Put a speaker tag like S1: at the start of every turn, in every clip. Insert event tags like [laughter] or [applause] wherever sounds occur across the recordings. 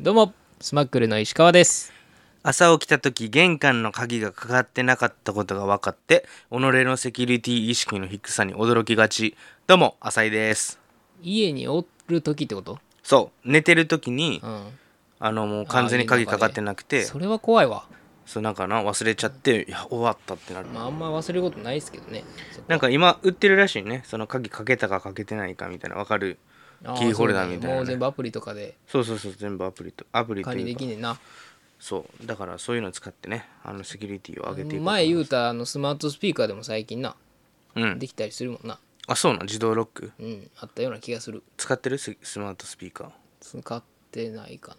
S1: どうもスマックルの石川です
S2: 朝起きた時玄関の鍵がかかってなかったことが分かって己のセキュリティ意識の低さに驚きがちどうも浅井です
S1: 家におる時ってこと
S2: そう寝てる時に
S1: うん
S2: あのもう完全に鍵かかってなくて
S1: それは怖いわ、
S2: そうなんかな忘れちゃっていや終わったってなる
S1: まあ、あんま忘れることないですけどね
S2: なんか今売ってるらしいねその鍵かけたかかけてないかみたいな分かる
S1: あ
S2: キーホルダーみ
S1: そ
S2: た
S1: う
S2: い
S1: ね
S2: なね
S1: もう全部アプリとかで
S2: そうそうそう全部アプリとアプリと
S1: 管理
S2: い
S1: で
S2: うか
S1: きんねんな
S2: そうだからそういうの使ってねあのセキュリティを上げていこうと
S1: 前言うたあのスマートスピーカーでも最近な
S2: うん
S1: できたりするもんな
S2: あそうなん自動ロック
S1: うんあったような気がする
S2: 使ってるススマートスピーカー
S1: 使ってないかな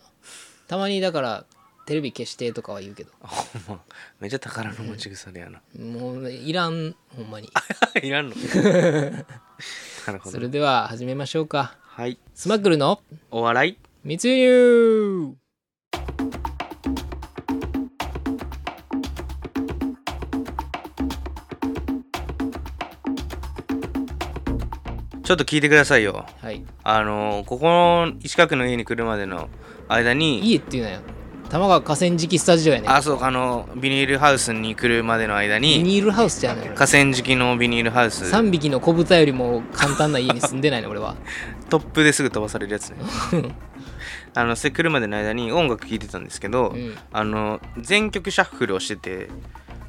S1: たまにだからテレビ消してとかは言うけど
S2: あほんまめっちゃ宝の持ち腐れやな、 [laughs]
S1: もうねいらんほんまに
S2: いらんのなるほ
S1: そ
S2: ど
S1: れでは始めましょうか
S2: はい
S1: スマックルの
S2: お笑い
S1: 密輸入
S2: ちょっと聞いてくださいよ
S1: はい
S2: あのーここの石川君の家に来るまでの間に
S1: 家っていうのや玉川河川敷スタジオやね
S2: あそうあのビニールハウスに来るまでの間
S1: ビ
S2: に
S1: ニールハウスじゃねん
S2: 河川敷のビニールハウス
S1: 3匹の子豚よりも簡単な家に住んでないね俺は
S2: トップですぐ飛ばされるやつねあのそれ来るまでの間に音楽聴いてたんですけど、
S1: うん
S2: あの全曲シャッフルをしてて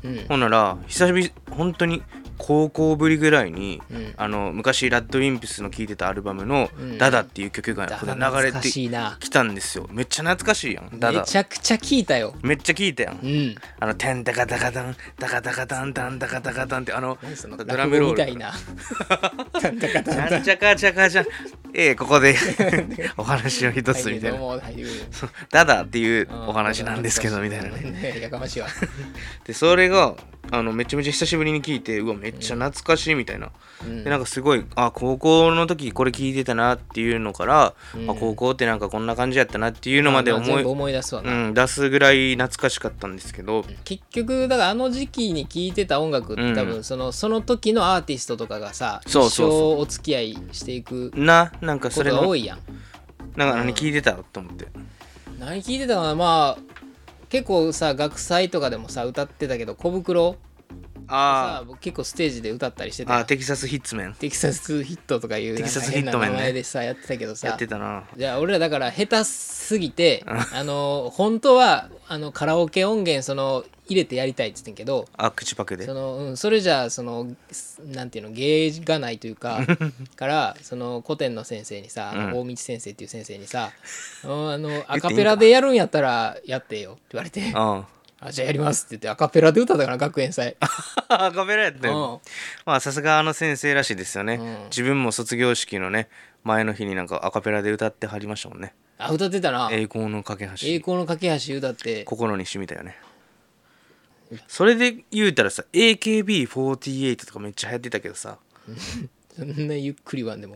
S1: うん
S2: ほんなら久しぶり本当に高校ぶりぐらいに、
S1: うん
S2: あの昔ラッドウィンプスの聴いてたアルバムの
S1: うん
S2: 「ダダ」っていう曲
S1: [laughs]
S2: が
S1: だ
S2: こ
S1: か
S2: れ
S1: ら
S2: 流れ
S1: 懐か
S2: て
S1: しいな
S2: きたんですよめっちゃ懐かしいやん「ダ
S1: め
S2: ダ
S1: ち」ゃくちゃ聞いたよ
S2: めっちゃ聴いたや
S1: うんん
S2: あの「テンタカタカタンタカタカタンタンタカタカタン」ってあの
S1: 何その
S2: ドラムロール
S1: 落語みたいななんだか
S2: チ
S1: だんだ
S2: ャ
S1: ん
S2: チャカチャカチャええここ
S1: [laughs]
S2: でお話を一つみた
S1: は
S2: いな
S1: どうもはい
S2: そうダダっていう
S1: うん
S2: お話なんですけどみたいなね
S1: ね [laughs] やかましいわ
S2: でそれがあのめちゃめちゃ久しぶりに聞いてうわめっちゃ懐かしいみたいな、
S1: うん
S2: でなんかすごいあ高校の時これ聞いてたなっていうのから、
S1: うん
S2: あ高校ってなんかこんな感じやったなっていうのまで思
S1: 全
S2: い、
S1: 部思い出すわな
S2: うん、出すぐらい懐かしかったんですけど、
S1: 結局だからあの時期に聴いてた音楽って多
S2: う
S1: 分そのその時のアーティストとかがさ
S2: そうそうそ
S1: 一生お付き合いしていく
S2: ななんか
S1: こ
S2: それ
S1: とが
S2: の
S1: 多いやん
S2: なんか
S1: うん
S2: 何聞いてたと思って、
S1: 何聞いてたかなまあ結構さ学祭とかでもさ歌ってたけど小袋
S2: あ
S1: さ結構ステージで歌ったりして
S2: ーあ
S1: た
S2: ー
S1: やん
S2: テキサスヒッツメン
S1: テキサスヒットとかいう
S2: テキサス
S1: なんか変な
S2: ヒットマンね
S1: 名前でさやってたけど
S2: やっ
S1: さ
S2: てたな
S1: じゃあ俺らだから下手すぎてあの本当はあのカラオケ音源その入れてやりたいっつってんけど
S2: あ口パクで
S1: その、うん、それじゃあそのすなんていうのゲージがないという
S2: [laughs]
S1: かからその古典の先生にさ、
S2: うん
S1: 大道先生っていう先生にさ「うんあのアカペラでやるんやったらやってよ」って言われて
S2: あ
S1: 「 [laughs] あじゃあやります」って言ってアカペラで歌ったから学園祭、
S2: あカメラやった
S1: う
S2: よ
S1: ん
S2: まあさすがあの先生らしいですよね、
S1: うん
S2: 自分も卒業式のね前の日になんかアカペラで歌ってはりましたもんね
S1: あ歌ってたな
S2: 栄光の架け橋
S1: 「栄光の架け橋」歌って
S2: 心に染みたよねそれで言うたらさ AKB48 とかめっちゃ流行ってたけ
S1: [laughs]
S2: どさ
S1: そんなゆっくりはんで
S2: [laughs]
S1: も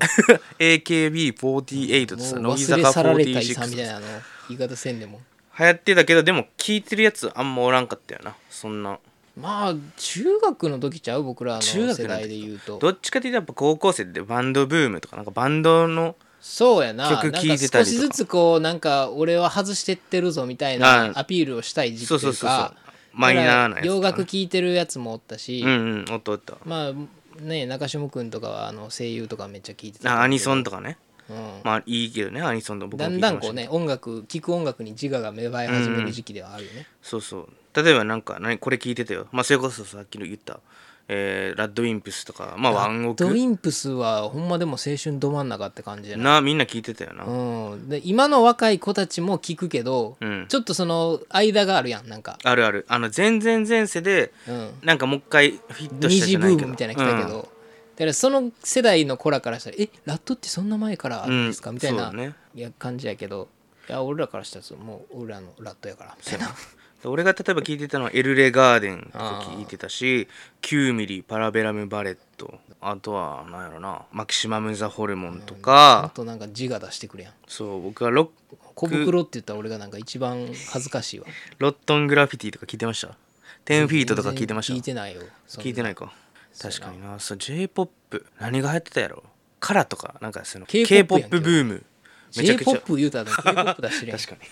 S2: AKB48 と
S1: もう
S2: さ乃木
S1: 忘れ
S2: 坂
S1: 去られた遺産みたい
S2: 46
S1: なあの言い方せんでも
S2: 流行ってたけどでも聞いてるやつあんまおらんかったよなそんな
S1: まあ中学の時ちゃう僕らの
S2: 中学
S1: 世
S2: の
S1: 代
S2: 時
S1: で言うと
S2: どっちかっていうとやっぱ高校生ってバンドブームとかなんかバンドの
S1: そうやな
S2: 曲聴いてた
S1: なんか少
S2: りとか
S1: しずつこうなんか俺は外してってるぞみたいな
S2: あ
S1: アピールをしたい時期
S2: そう
S1: とい
S2: そううそうそう
S1: か
S2: マイナーなやつと
S1: だか
S2: か
S1: ら
S2: ね
S1: 洋楽聴いてるやつもおったし、
S2: うんうんおっとおっと
S1: まあね中島君とかはあの声優とかめっちゃ聴いてたけど
S2: あアニソンとかね
S1: うん
S2: まあいいけどねアニソンとか僕も
S1: だん
S2: 聞いて
S1: だ
S2: ま
S1: ん
S2: し
S1: こ
S2: た
S1: う
S2: ね
S1: ね音楽聴く音楽に自我が芽生え始める時期ではあるよね、
S2: そうそう例えばなんか何これ聞いてたよまあそれこそさっきの言った、えーラッドウィンプスとかまあワンオ
S1: ドウ
S2: ク
S1: ィンプスはほんまでも青春ど真ん中って感じじゃない
S2: なみんな聞いてたよな、
S1: うん、で今の若い子たちも聞くけど、
S2: うん
S1: ちょっとその間があるやんなんか、
S2: あるあるあの前前前世で
S1: うん、
S2: なんかもう一回フィット
S1: 二
S2: したじ
S1: 次
S2: ゃ
S1: ブ
S2: ない
S1: ー
S2: け
S1: ム
S2: ど
S1: みたいなの来たけど、だからその世代の子らからしたら「えラットってそんな前からあるんですか?」
S2: うん
S1: みたいな、
S2: そうだね
S1: いや感じやけどいや俺らからしたらもう俺らのラットやからみたいな
S2: うん俺が例えば聞いてたのは「エルレガーデン」とか聞いてたし「9ミリパラベラムバレット」あとはなんやろな「マキシマム・ザ・ホルモン」と
S1: あ
S2: か、
S1: となんか字が出してくるやん
S2: そう僕はロ
S1: 小袋って言ったら俺がなんか一番恥ずかしいわ
S2: 「ロットン・グラフィティ」とか聞いてました10フィートとか聞いてました
S1: 聞いてないよそん
S2: 聞いてないか確かになそう J−POP 何が流行ってたやろカラとかなんかその
S1: K-POP やんけ
S2: K-POP ブームめちゃくちゃ
S1: J−POP 言うたら J−POP 出してるやん
S2: [laughs] 確かに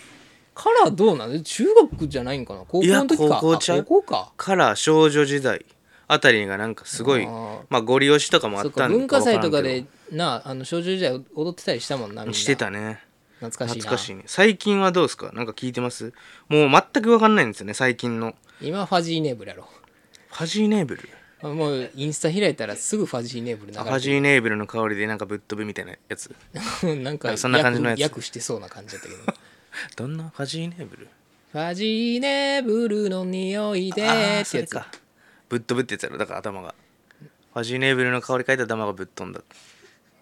S1: カラーどうなの中学じゃないんかな高校
S2: いや
S1: の時か
S2: 高校ちゃう
S1: あ高校か
S2: から少女時代あたりがなんかすごい
S1: あー
S2: まあゴリ押しとかもあ
S1: そ
S2: っ
S1: うか
S2: たんで
S1: 文化祭とかでなあの少女時代踊ってたりしたもんなみんな
S2: してたね
S1: 懐かしいな
S2: 懐かしいね最近はどうですかなんか聞いてますもう全く分かんないんですよね最近の
S1: 今ファジーネーブルやろ
S2: ファジーネーブル
S1: あもうインスタ開いたらすぐファジーネーブル流
S2: ファ
S1: れ
S2: ジーネーブルの香りでなんかぶっ飛ぶみたいなやつ
S1: てる [laughs] なんか
S2: そんな感じのやつ
S1: 訳してそうな感じだったけど
S2: どんなファジーネーブル
S1: ファジーネーブルの匂いで
S2: あー
S1: って
S2: そ
S1: や
S2: れ
S1: つ
S2: かぶっ飛ぶってやつやろだから頭がファジーネーブルの香り嗅いたら頭がぶっ飛んだ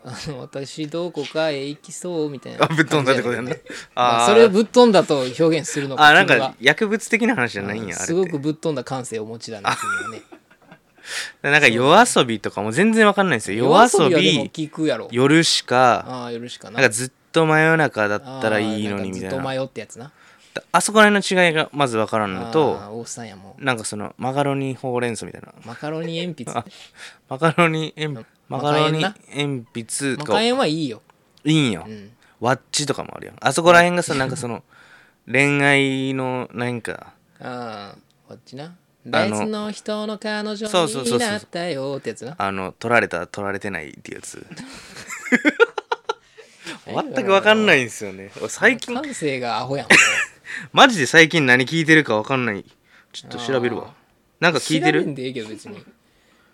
S1: あの私どこかへ行きそうみたいな
S2: あぶっ飛んだってことやんな
S1: 感じけどね [laughs] ま
S2: あ
S1: あ
S2: ー
S1: それをぶっ飛んだと表現するのか
S2: あなん
S1: 君
S2: か
S1: は
S2: 薬物的な話じゃないんやあ
S1: す
S2: れっ
S1: ご
S2: て
S1: くぶっ飛んだ感性をお持ちだな君はね
S2: なんか夜遊びとかも全然分かんないんですよ夜遊
S1: 夜はでも
S2: び
S1: 聞くやろ
S2: 夜しか
S1: ああよろしかな
S2: なんかずっと真夜中だ
S1: あ
S2: ったらいいのに
S1: ー
S2: み
S1: んか
S2: たい
S1: ずっと
S2: な
S1: 迷ってやつな
S2: あそこら辺の違いがまず分からんのと
S1: あーおっさんやもん
S2: なんかそのマカロニほうれん草みたいな
S1: マカロニ鉛
S2: [laughs]
S1: 筆
S2: マカロニえんマカロニ
S1: マカ
S2: 鉛筆と
S1: マ
S2: か
S1: カエ
S2: い
S1: ンはいいよ、
S2: いんよ、
S1: うん、
S2: ワッチとかもあるやんあそこら辺がさなんか
S1: [laughs]
S2: その恋愛のなんか
S1: ああこっちな
S2: あの
S1: 別の人の彼女
S2: そうそうそ
S1: に
S2: うそう
S1: なったよってやつな
S2: あの取られた取られてないって
S1: [laughs]
S2: やつ全く分かんないんですよね俺最近
S1: 感性がアホやん
S2: マジで最近何聞いてるか分かんないちょっと調べる
S1: あー
S2: わなんか [laughs] 聞いて
S1: 調べん
S2: る
S1: でええけど
S2: [laughs]
S1: 別に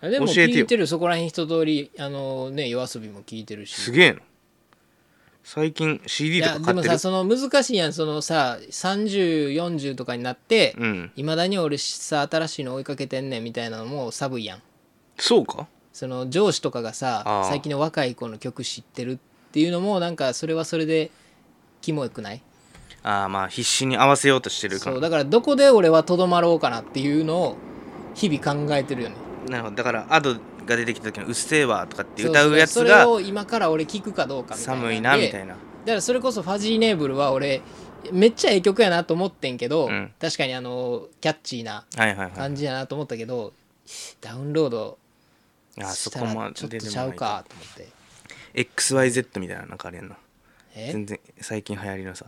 S1: あでも
S2: 教えてよ
S1: 聞いてるそこらへん一通りあのね夜遊びも聞いてるし
S2: すげえな最近 CD
S1: い
S2: と
S1: や
S2: か
S1: で
S2: 買っ
S1: も
S2: てる
S1: さその難しいやんそのさ3040とかになって
S2: うん
S1: いま、未だに俺さ新しいの追いかけてんねんみたいなのも寒いやん
S2: そうか
S1: その上司とかが
S2: あ
S1: さ
S2: ー
S1: 最近の若い子の曲知ってるっていうのもなんかそれはそれでキモくない
S2: ああまあ必死に合わせようとしてるか
S1: そう
S2: ら
S1: だからどこで俺はとどまろうかなっていうのを日々考えてるよね
S2: なるほどだからアドが出てきた時の「うっせえわ」とかって
S1: そう
S2: 歌うやつ
S1: そうそれ
S2: が
S1: を今から俺聞くかどうかみたいなんで
S2: 寒いなみたい
S1: だ
S2: な
S1: からそれこそ「ファジーネーブル」は俺めっちゃええ曲やなと思ってんけど、
S2: うん
S1: 確かにあのキャッチーな
S2: はいはいはい
S1: 感じやなと思ったけど、ダウンロード
S2: あそ
S1: した
S2: こま
S1: らちょ
S2: で
S1: っと
S2: でも
S1: ち
S2: な
S1: ゃ
S2: いう
S1: かと思って
S2: XYZ みたいななんかあれやんな
S1: え
S2: 全然最近流行りのさ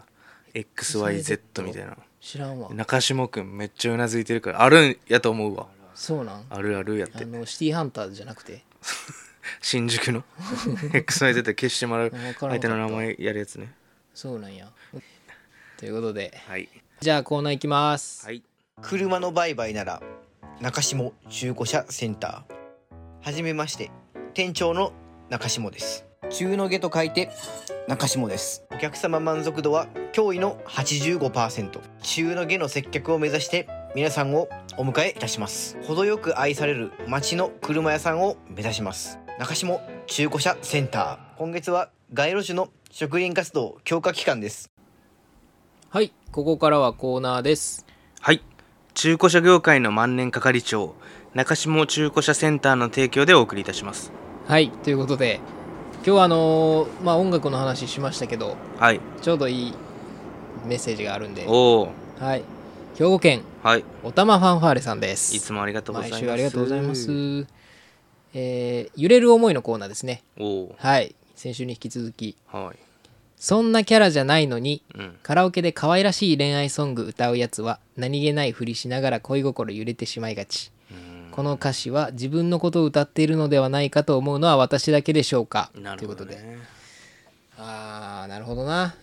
S2: XYZ みたいな
S1: 知らんわ
S2: 中島くんめっちゃうなずいてるからあるんやと思うわ
S1: そうなん
S2: あるあるやっ
S1: あ
S2: て
S1: のシティハンターズじゃなくて
S2: 新
S1: [laughs]
S2: 宿の XYZ 消してもらう
S1: あわからんかっ
S2: 相
S1: た
S2: 手の名前やるやつね
S1: そうなんやということで
S2: はい
S1: じゃあコーナーいきます、
S2: はい
S3: 車の売買なら中下中古車センターはじめまして店長の中下です中の下と書いて中下ですお客様満足度は驚異の85%中の下の接客を目指して皆さんをお迎えいたします程よく愛される街の車屋さんを目指します中下中古車センター今月は街路樹の植林活動強化期間です
S1: はいここからはコーナーです
S2: はい中古車業界の万年係長中島中古車センターの提供でお送りいたします
S1: はいということで今日はあのーまあ音楽の話しましたけど
S2: はい
S1: ちょうどいいメッセージがあるんで
S2: おお
S1: はい兵庫県
S2: はい
S1: おたまファンファーレさんです
S2: いつもありがとうございま
S1: 毎
S2: す
S1: 週ありがとうございますえー揺れる思いのコーナーですね
S2: おお
S1: はい先週に引き続き
S2: はい
S1: そんなキャラじゃないのに
S2: うん
S1: カラオケで可愛らしい恋愛ソング歌うやつは何気ないふりしながら恋心揺れてしまいがち
S2: うん
S1: この歌詞は自分のことを歌っているのではないかと思うのは私だけでしょうか
S2: な
S1: とい
S2: る
S1: う
S2: ほ
S1: こ
S2: ど
S1: と
S2: ね
S1: でああなるほどな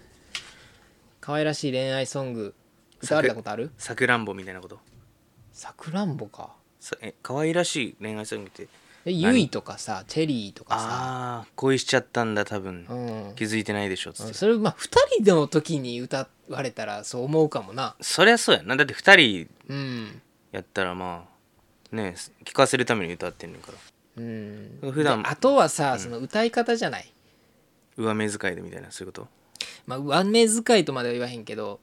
S1: 可愛らしい恋愛ソング歌われたことある
S2: さくらんぼみたいなこと
S1: さくらんぼか
S2: さえ可愛らしい恋愛ソングって
S1: えゆいとかさチェリーとかさ
S2: ああー恋しちゃったんだ多分
S1: うん
S2: 気づいてないでしょつって
S1: それまあ2人の時に歌われたらそう思うかもな
S2: そりゃそうやんなだって二人
S1: うん
S2: やったらまあねえ聞かせるために歌ってんねんから
S1: うん
S2: 普段
S1: であとはさ、その歌い方じゃない
S2: 上目遣いでみたいなそういうこと
S1: まあ上目遣いとまでは言わへんけど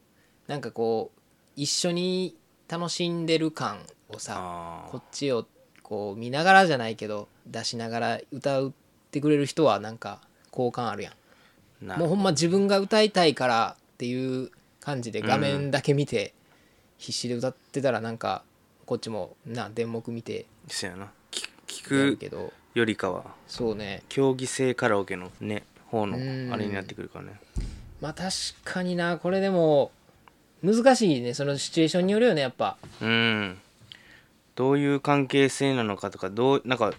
S1: なんかこう一緒に楽しんでる感をさ
S2: あ
S1: こ
S2: あ
S1: っちをこう見ながらじゃないけど出しながら歌うってくれる人はなんか好感あるや
S2: なん
S1: もうほんま自分が歌いたいからっていう感じで画面だけ見て必死で歌ってたらなんかこっちもな電目見て
S2: そうやな聞聞
S1: やる
S2: く
S1: けど
S2: よりかは
S1: そうね
S2: 競技性カラオケのね方の
S1: うん
S2: あれになってくるからね
S1: まあ確かになこれでも難しいねそのシチュエーションによるよねやっぱ
S2: うんどういう関係性なのかとかどうなんか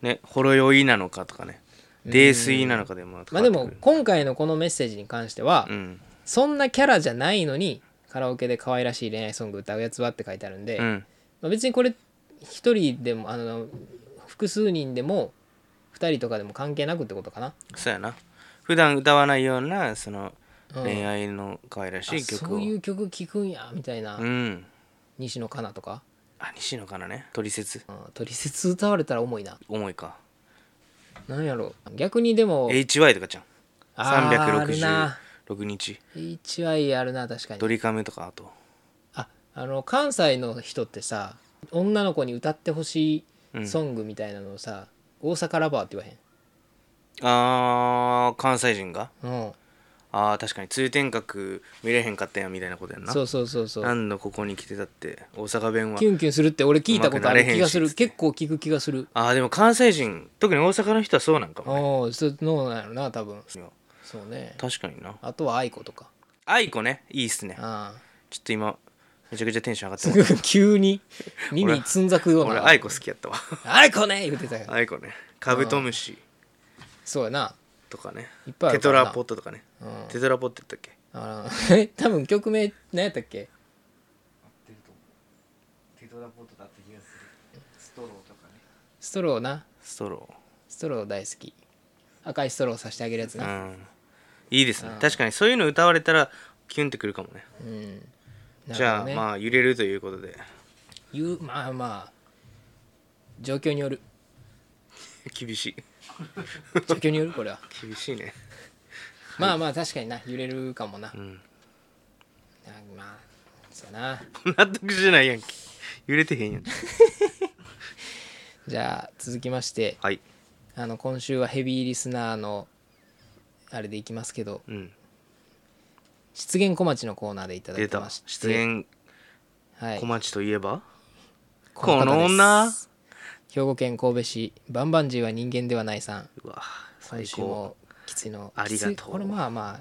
S2: ねほろ酔いなのかとかね泥酔なのかでも
S1: まあでも今回のこのメッセージに関しては、
S2: うん
S1: そんなキャラじゃないのにカラオケで可愛らしい恋愛ソング歌うやつはって書いてあるんで、
S2: うん
S1: まあ別にこれ一人でもあの複数人でも二人とかでも関係なくってことかな
S2: そうやな普段歌わないようなその
S1: うん
S2: 恋愛の可愛らし
S1: あ
S2: い曲
S1: そ
S2: を
S1: ういう曲聴くんやみたいな、
S2: うん
S1: 西野カナとか、
S2: あ西野かなねトリセツ
S1: うん、トリセツ歌われたら重いな
S2: 重いか
S1: なんやろ逆にでも
S2: HY とかじゃん
S1: あーある
S2: 366
S1: な
S2: 日
S1: HI あるな確かに
S2: ドリカムとかあと
S1: ああの関西の人ってさ女の子に歌ってほしいソングみたいなのをさ、大阪ラバーって言
S2: あー関西人が
S1: わへん、うん、
S2: あー確かに通天閣見れへんかったやんみたいなことやんな
S1: そうそうそうそう
S2: 何度ここに来てたって大阪弁は
S1: キュンキュンするって俺聞いたことある
S2: うまくなれへんし
S1: 気がす
S2: っ
S1: る
S2: つって
S1: 結構聞く気がする
S2: あーでも関西人特に大阪の人はそうなんかもね
S1: おおそうなんやろな多分
S2: いや
S1: そうね
S2: 確かにな
S1: あとは愛子とか
S2: 愛子ねいいっすね [laughs]
S1: あ
S2: ちょっと今めちゃくちゃテンション上がって
S1: あ
S2: ます
S1: 急に耳つんざくよう
S2: 俺
S1: な
S2: 愛子好きやっ
S1: [laughs]
S2: たわ
S1: 愛子ね言ってたよ
S2: 愛子ねカブトムシ
S1: そうやな
S2: とかね
S1: いっぱいあ
S2: テ
S1: るか
S2: ト
S1: ら
S2: ラ
S1: な
S2: ポットとかね
S1: うん
S2: テトラポットやったっけ
S1: あのえ多分曲名何やったっけストローな
S2: ストロ
S1: ストロー大好き赤いストローさしてあげるやつ
S2: ーう
S1: な、
S2: んいいですね確かにそういうの歌われたらキュンってくるかもね
S1: うんなるほどね
S2: じゃあまあ揺れるということで [laughs]
S1: 言うまあまあ状況による
S2: 厳しい
S1: 状況によるこれは
S2: 厳しいね
S1: まあまあ確かにな揺れるかもな、
S2: ん
S1: あまあそうやな
S2: 納得じゃないやんけ揺れてへんやん
S1: じゃあ続きまして
S2: はい
S1: あの今週はヘビーリスナーのあれでいきますけど
S2: うん
S1: 失言小町のコーナーでいただ
S2: 出
S1: き
S2: た
S1: まして
S2: 出演
S1: はい
S2: 小町といえば
S1: この
S2: この
S1: 方で
S2: 女
S1: す兵庫県神戸市バンバンジーは人間ではないさん
S2: うわ
S1: 最
S2: 最
S1: 週
S2: 高
S1: もきついの
S2: ありがとう
S1: きついこれまあまあ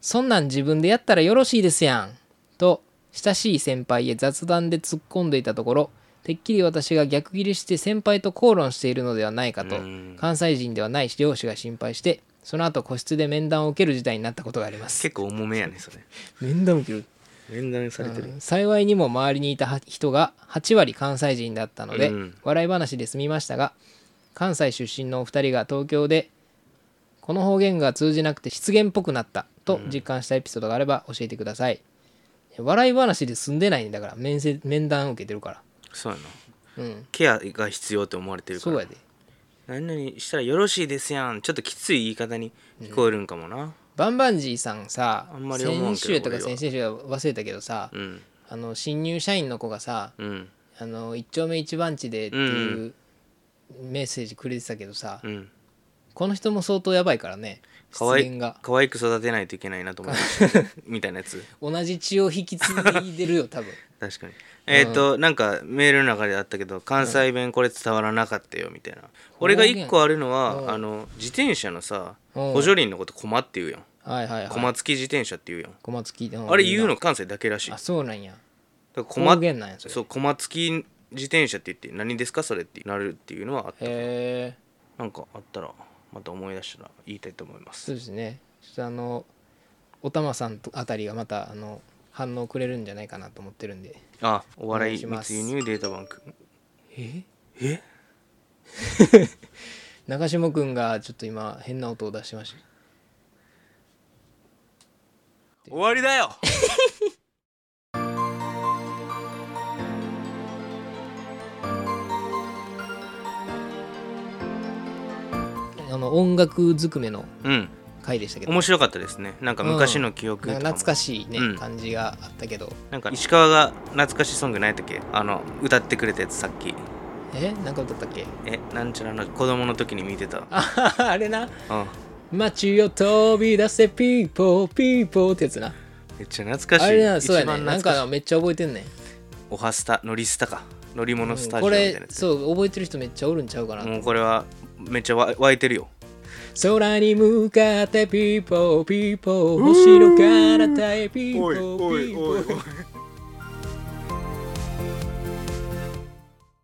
S1: そんなん自分でやったらよろしいですやんと親しい先輩へ雑談で突っ込んでいたところてっきり私が逆ギレして先輩と口論しているのではないかと
S2: うん
S1: 関西人ではない漁師が心配してその後個室で面談を受ける事態になったことがあります
S2: 結構重めやねそれ
S1: 面談受ける
S2: 連弾されてる
S1: うん幸いにも周りにいた人が8割関西人だったので、
S2: うん
S1: 笑い話で済みましたが関西出身のお二人が東京でこの方言が通じなくて失言っぽくなったと実感したエピソードがあれば教えてください、笑い話で済んでないんだから面接面談受けてるか
S2: そうやな
S1: らうん
S2: ケアが必要って思われてるか
S1: そうや
S2: ら
S1: で
S2: 何々したらよろしいですやんちょっときつい言い方に聞こえるんかもな
S1: バンバンジーさんさ
S2: あんまり思わん
S1: 先
S2: け
S1: 週
S2: ど
S1: とか
S2: 俺は
S1: 先々週は忘れたけどさ、
S2: うん
S1: あの新入社員の子がさ
S2: うん
S1: あの一丁目一番地でっていううメッセージくれてたけどさ、
S2: うん
S1: この人も相当やばいからね
S2: かわ
S1: 失
S2: い
S1: 言が
S2: 可愛く育てないといけないなと思い
S1: [laughs]
S2: ましたみたいなやつ
S1: 同じ血を引き継いでる
S2: [laughs]
S1: よ多分
S2: 確かにえっ、と、なんかメールの中であったけど関西弁これ伝わらなかったよみたいな、俺が一個あるの
S1: うん
S2: はあの自転車のさ
S1: うん
S2: 補助輪のこと「駒」って言うやん
S1: はいはいはい
S2: 駒付き自転車って言うやん
S1: 小松聞いて
S2: あれ言う
S1: の
S2: の関西だけらしいだ
S1: あ
S2: か
S1: そうなんや
S2: ら
S1: 方
S2: 駒
S1: 言なんやそれ
S2: そう駒付き自転車って言って何ですかそれってなるっていうのはあっ
S1: へ
S2: た
S1: え
S2: なんかあったらまた思い出したら言いたいと思います
S1: そうですねちょっとあのおたまさんとあたりがまたあの反応くれるんじゃないかなと思ってるんで
S2: あお
S1: お
S2: 笑い
S1: 願いします
S2: 密輸入データバンク
S1: え
S2: え
S1: [laughs] 長嶋くんがちょっと今変な音を出しまし
S2: 終わりだよ
S1: たあの音楽ずくめの
S2: うん
S1: 回でしたけど
S2: 面白かったですねなんか昔の記憶と
S1: なん
S2: か
S1: か
S2: も
S1: 懐かしいね、
S2: うん
S1: 感じがあったけど
S2: なんか石川が懐かしソング何やったっけあの歌ってくれたやつさっき
S1: えなんか歌ったっけ
S2: えなんちゃらの子供の時に見てたうん
S1: あ [laughs] あれな
S2: あ
S1: 街を飛び出せピーポーピーポーってやつな
S2: めっちゃ懐かしい
S1: あれなそうやね
S2: 一番
S1: なん
S2: 懐かしい
S1: かめっちゃ覚えてんねん
S2: おはスタ乗りスタか乗り物スタジ
S1: こ
S2: オみたいなや
S1: れ
S2: つ、
S1: そう覚えてる人めっちゃおるんちゃうかな
S2: もうこれはめっちゃわ湧いてるよ
S1: 空に向かってピーポーピーポー星の彼方へピーポーピーポー